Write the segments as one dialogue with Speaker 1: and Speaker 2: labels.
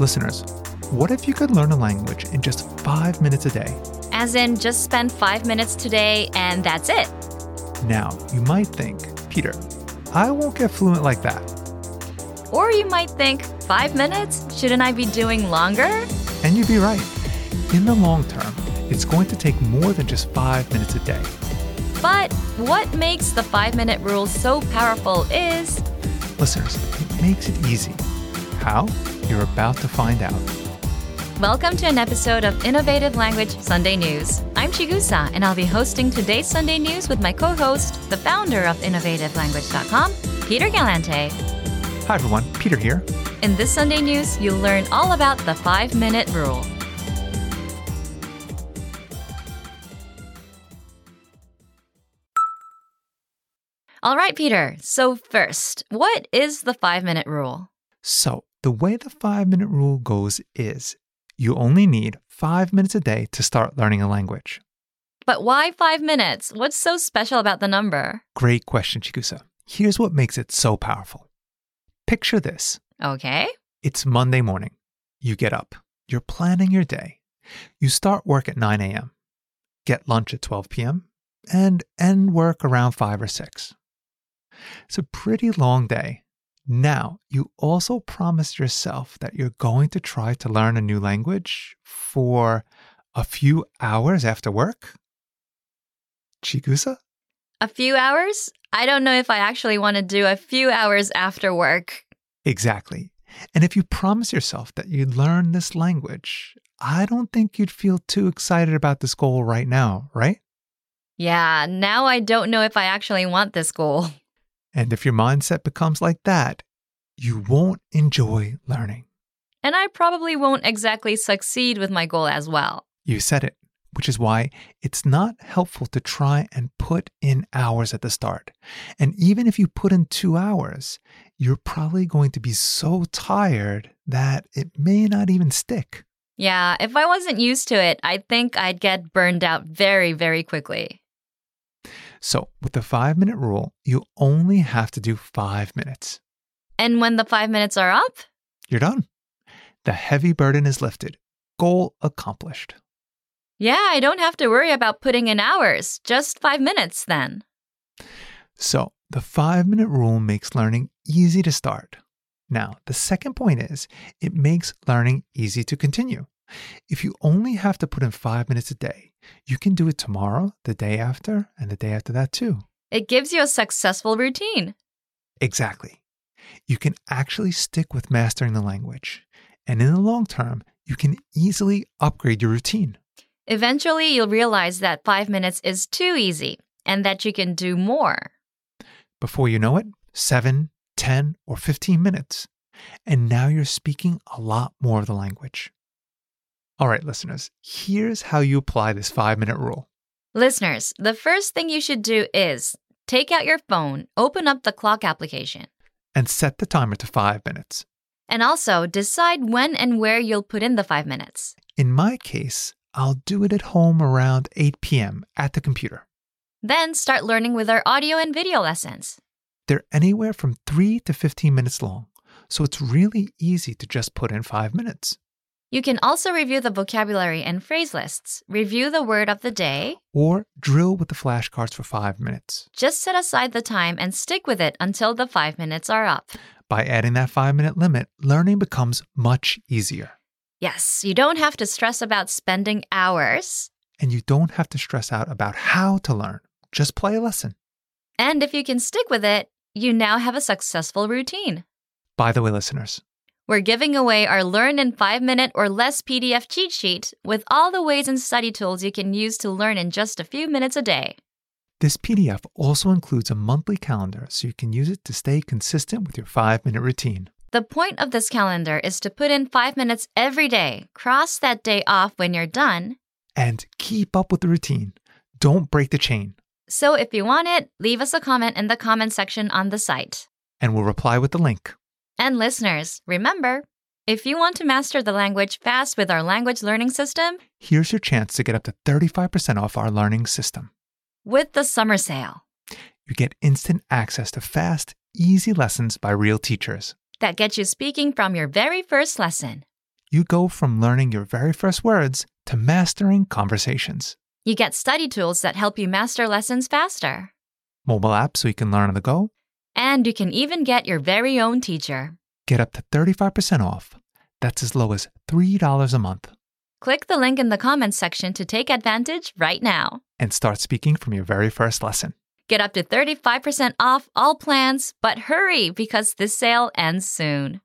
Speaker 1: Listeners, what if you could learn a language in just five minutes a day?
Speaker 2: As in, just spend five minutes today and that's it.
Speaker 1: Now, you might think, Peter, I won't get fluent like that.
Speaker 2: Or you might think, five minutes? Shouldn't I be doing longer?
Speaker 1: And you'd be right. In the long term, it's going to take more than just five minutes a day.
Speaker 2: But what makes the five minute rule so powerful is
Speaker 1: Listeners, it makes it easy. How? You're about to find out.
Speaker 2: welcome to an episode of Innovative Language Sunday News. I'm Chigusa, and I'll be hosting today's Sunday News with my co host, the founder of InnovativeLanguage.com, Peter Galante.
Speaker 1: Hi, everyone. Peter here.
Speaker 2: In this Sunday News, you'll learn all about the five minute rule. All right, Peter. So, first, what is the five minute rule?
Speaker 1: So, the way the five minute rule goes is you only need five minutes a day to start learning a language.
Speaker 2: But why five minutes? What's so special about the number?
Speaker 1: Great question, Chigusa. Here's what makes it so powerful. Picture this
Speaker 2: Okay.
Speaker 1: it's Monday morning. You get up, you're planning your day. You start work at 9 a.m., get lunch at 12 p.m., and end work around 5 or 6. It's a pretty long day. Now, you also promise yourself that you're going to try to learn a new language for a few hours after work? Chigusa?
Speaker 2: A few hours? I don't know if I actually want to do a few hours after work.
Speaker 1: Exactly. And if you promise yourself that you'd learn this language, I don't think you'd feel too excited about this goal right now, right?
Speaker 2: Yeah, now I don't know if I actually want this goal.
Speaker 1: And if your mindset becomes like that, you won't enjoy learning.
Speaker 2: And I probably won't exactly succeed with my goal as well.
Speaker 1: You said it, which is why it's not helpful to try and put in hours at the start. And even if you put in two hours, you're probably going to be so tired that it may not even stick.
Speaker 2: Yeah, if I wasn't used to it, I think I'd get burned out very, very quickly.
Speaker 1: So, with the five minute rule, you only have to do five minutes.
Speaker 2: And when the five minutes are up,
Speaker 1: You're done. The heavy burden is lifted. Goal accomplished.
Speaker 2: yeah, I don't have to worry about putting in hours, just five minutes then.
Speaker 1: So, the five minute rule makes learning easy to start. Now, the second point is it makes learning easy to continue. If you only have to put in five minutes a day, you can do it tomorrow, the day after, and the day after that too.
Speaker 2: It gives you a successful routine.
Speaker 1: Exactly. You can actually stick with mastering the language. And in the long term, you can easily upgrade your routine.
Speaker 2: Eventually, you'll realize that five minutes is too easy and that you can do more.
Speaker 1: Before you know it, seven, 10, or 15 minutes. And now you're speaking a lot more of the language. All right, listeners, here's how you apply this five minute rule.
Speaker 2: Listeners, the first thing you should do is take out your phone, open up the clock application,
Speaker 1: and set the timer to five minutes.
Speaker 2: and also decide when and where you'll put in the five minutes.
Speaker 1: In my case, I'll do it at home around 8 p.m. at the computer.
Speaker 2: Then start learning with our audio and video lessons.
Speaker 1: They're anywhere from 3 to 15 minutes long, so it's really easy to just put in 5 minutes.
Speaker 2: You can also review the vocabulary and phrase lists, review the word of the day,
Speaker 1: Or drill with the flashcards for 5 minutes.
Speaker 2: just set aside the time and stick with it until the five minutes are up.
Speaker 1: By adding that 5 minute limit, learning becomes much easier,
Speaker 2: Yes, you don't have to stress about spending hours.
Speaker 1: and you don't have to stress out about how to learn. Just play a lesson.
Speaker 2: And if you can stick with it, you now have a successful routine.
Speaker 1: By the way, listeners,
Speaker 2: We're giving away our Learn in 5 Minute or Less PDF cheat sheet with all the ways and study tools you can use to learn in just a few minutes a day.
Speaker 1: this PDF also includes a monthly calendar so you can use it to stay consistent with your 5 minute routine.
Speaker 2: The point of this calendar is to put in 5 minutes every day. Cross that day off when you're done.
Speaker 1: And keep up with the routine. Don't break the chain,
Speaker 2: So if you want it, leave us a comment in the comment section on the site.
Speaker 1: and we'll reply with the link.
Speaker 2: And listeners, remember, if you want to master the language fast with our language learning system,
Speaker 1: here's your chance to get up to 35% off our learning system.
Speaker 2: with the summer sale
Speaker 1: You get instant access to fast, easy lessons by real teachers.
Speaker 2: that gets you speaking from your very first lesson.
Speaker 1: you go from learning your very first words to mastering conversations.
Speaker 2: You get study tools that help you master lessons faster.
Speaker 1: Mobile apps so you can learn on the go.
Speaker 2: And you can even get your very own teacher.
Speaker 1: Get up to 35% off. That's as low as $3 a month.
Speaker 2: Click the link in the comments section to take advantage right now.
Speaker 1: And start speaking from your very first lesson.
Speaker 2: Get up to 35% off all plans, but hurry because this sale ends soon.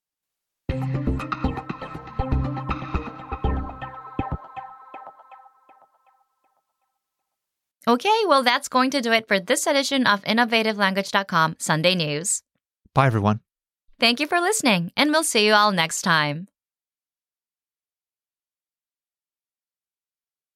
Speaker 2: Okay, well, that's going to do it for this edition of InnovativeLanguage.com Sunday News.
Speaker 1: Bye, everyone.
Speaker 2: Thank you for listening, and we'll see you all next time.